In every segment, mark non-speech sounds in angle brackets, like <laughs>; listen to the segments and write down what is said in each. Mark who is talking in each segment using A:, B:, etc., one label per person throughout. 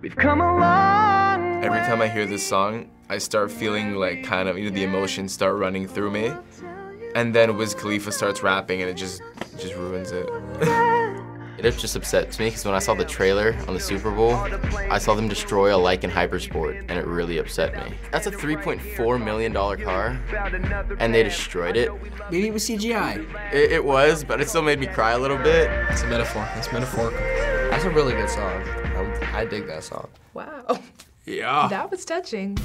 A: We've come a long
B: Every time I hear this song, I start feeling like kind of, you know, the emotions start running through me. And then Wiz Khalifa starts rapping and it just just ruins it.
C: It just upsets me because when I saw the trailer on the Super Bowl, I saw them destroy a Lycan Hypersport, and it really upset me. That's a $3.4 million car, and they destroyed it.
D: Maybe it was CGI.
C: it. It was, but it still made me cry a little bit.
E: It's a metaphor. It's metaphorical.
D: That's a really good song. Um, I dig that song.
F: Wow.
E: Yeah.
F: That was touching.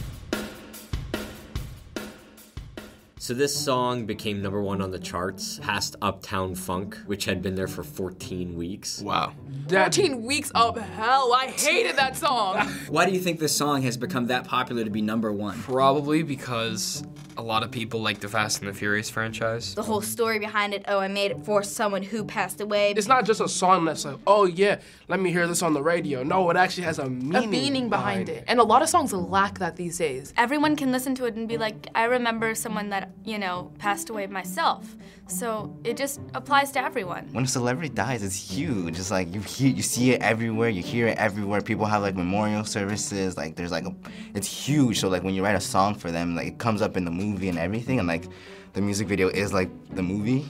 G: So this song became number one on the charts, past Uptown Funk, which had been there for 14 weeks.
B: Wow.
E: That
F: 14 weeks of hell. I hated that song.
H: Why do you think this song has become that popular to be number one?
E: probably because a lot of people like the Fast and the Furious franchise.
I: The whole story behind it, oh, I made it for someone who passed away.
J: It's not just a song that's like, oh yeah, let me hear this on the radio. No, it actually has a meaning,
F: A <laughs> meaning behind it. And a lot of songs lack that these days.
I: Everyone can listen to it and be like, I remember someone that, you know, passed away myself. So it just applies to everyone.
K: when a celebrity dies, it's huge. It's like you hear, you see it everywhere, you hear it everywhere. People have like memorial services, like there's like a, it's huge. So like when you write a song for them, like it comes up in the movie and everything, and like the music video is like the movie,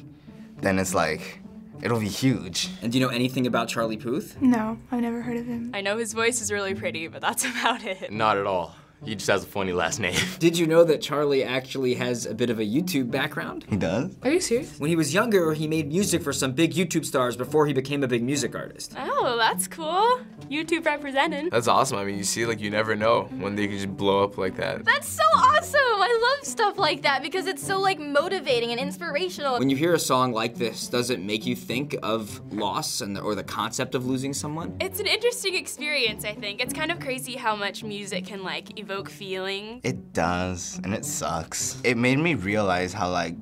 K: then it's like it'll be huge.
H: And do you know anything about Charlie Puth?
L: No, I've never heard of him.
I: I know his voice is really pretty, but that's about it.
C: Not at all. He just has a funny last name.
H: Did you know that Charlie actually has a bit of a YouTube background?
K: <laughs> He does.
F: Are you serious?
H: When he was younger, he made music for some big YouTube stars before he became a big music artist.
I: Oh, that's cool. YouTube represented.
K: Uh,
B: That's awesome. I mean, you see, like, you never know when they could just blow up like that.
I: That's so awesome. I love stuff like that because it's so like motivating and inspirational.
H: When you hear a song like this, does it make you think of loss and the, or the concept of losing someone?
I: It's an interesting experience, I think. It's kind of crazy how much music can like evoke feelings.
K: It does, and it sucks. It made me realize how like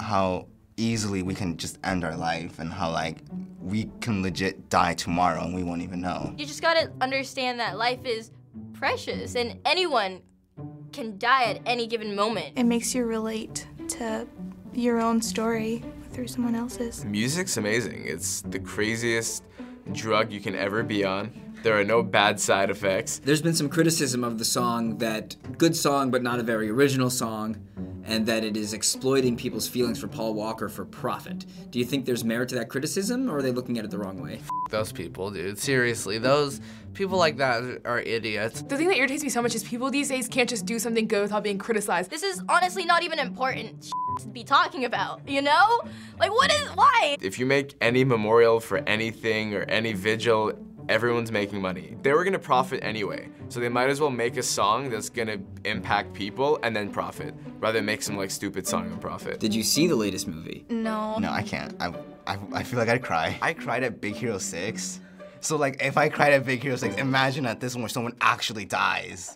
K: how easily we can just end our life and how like we can legit die tomorrow and we won't even know.
I: You just gotta understand that life is precious and anyone can die at any given moment.
L: It makes you relate to your own story through someone else's.
B: Music's amazing. It's the craziest drug you can ever be on. There are no bad side effects.
H: There's been some criticism of the song that good song but not a very original song, and that it is exploiting people's feelings for Paul Walker for profit. Do you think there's merit to that criticism, or are they looking at it the wrong way?
M: Those people, dude. Seriously, those people like that are idiots.
F: The thing that irritates me so much is people these days can't just do something good without being criticized.
I: This is honestly not even important <laughs> to be talking about, you know? Like, what is, why?
B: If you make any memorial for anything or any vigil, everyone's making money. They were gonna profit anyway, so they might as well make a song that's gonna impact people and then profit, rather than make some like stupid song and profit.
H: Did you see the latest movie?
I: No.
K: No, I can't. I, I, I feel like I'd cry. I cried at Big Hero 6. So, like, if I cried at Big Hero 6, imagine at this one where someone actually dies.